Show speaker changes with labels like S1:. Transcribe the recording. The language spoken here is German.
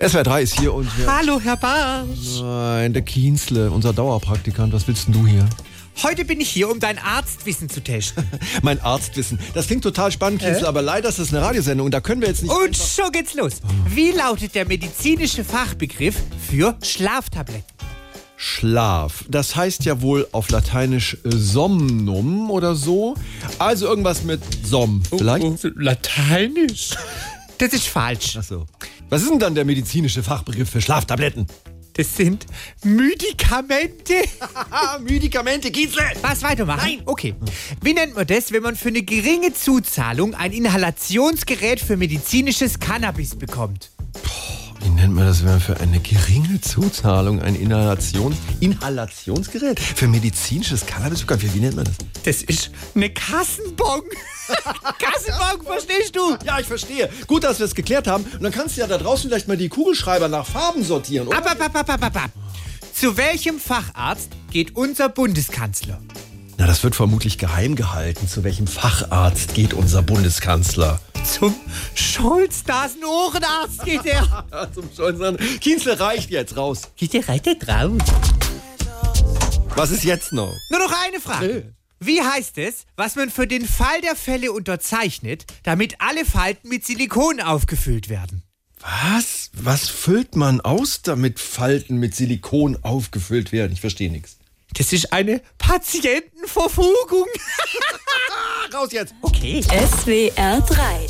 S1: SWR 3 ist hier und wir
S2: Hallo, Herr Barsch.
S1: Nein, der Kienzle, unser Dauerpraktikant. Was willst denn du hier?
S2: Heute bin ich hier, um dein Arztwissen zu testen.
S1: Mein Arztwissen. Das klingt total spannend, Kienzle, aber leider ist das eine Radiosendung und da können wir jetzt nicht.
S2: Und schon geht's los. Wie lautet der medizinische Fachbegriff für Schlaftabletten?
S1: Schlaf. Das heißt ja wohl auf Lateinisch äh, Somnum oder so. Also irgendwas mit Som. Vielleicht?
S3: Lateinisch.
S2: Das ist falsch.
S1: Ach so. Was ist denn dann der medizinische Fachbegriff für Schlaftabletten?
S2: Das sind Medikamente.
S1: Ah, Medikamente, Kienzle!
S2: Was weitermachen? Nein. Okay. Wie nennt man das, wenn man für eine geringe Zuzahlung ein Inhalationsgerät für medizinisches Cannabis bekommt?
S1: Wie nennt man das, wenn man für eine geringe Zuzahlung ein Inhalations Inhalationsgerät für medizinisches Cannabis bekommt? Wie, wie nennt man das?
S2: Das ist eine Kassenbon. Kassenbon, verstehst du?
S1: Ja, ich verstehe. Gut, dass wir es geklärt haben. Und dann kannst du ja da draußen vielleicht mal die Kugelschreiber nach Farben sortieren, oder?
S2: Ab, ab, ab, ab, ab, ab, ab. Zu welchem Facharzt geht unser Bundeskanzler?
S1: Na, das wird vermutlich geheim gehalten. Zu welchem Facharzt geht unser Bundeskanzler?
S2: Zum Scholz, da ist ein Ohrenarzt, geht der.
S1: Ja, zum Schönsten. Kienzle reicht jetzt raus.
S2: geht der reiter drauf?
S1: Was ist jetzt noch?
S2: Nur noch eine Frage. Wie heißt es, was man für den Fall der Fälle unterzeichnet, damit alle Falten mit Silikon aufgefüllt werden?
S1: Was? Was füllt man aus, damit Falten mit Silikon aufgefüllt werden? Ich verstehe nichts.
S2: Das ist eine Patientenverfügung.
S1: Ah, Raus jetzt!
S2: Okay.
S4: SWR 3.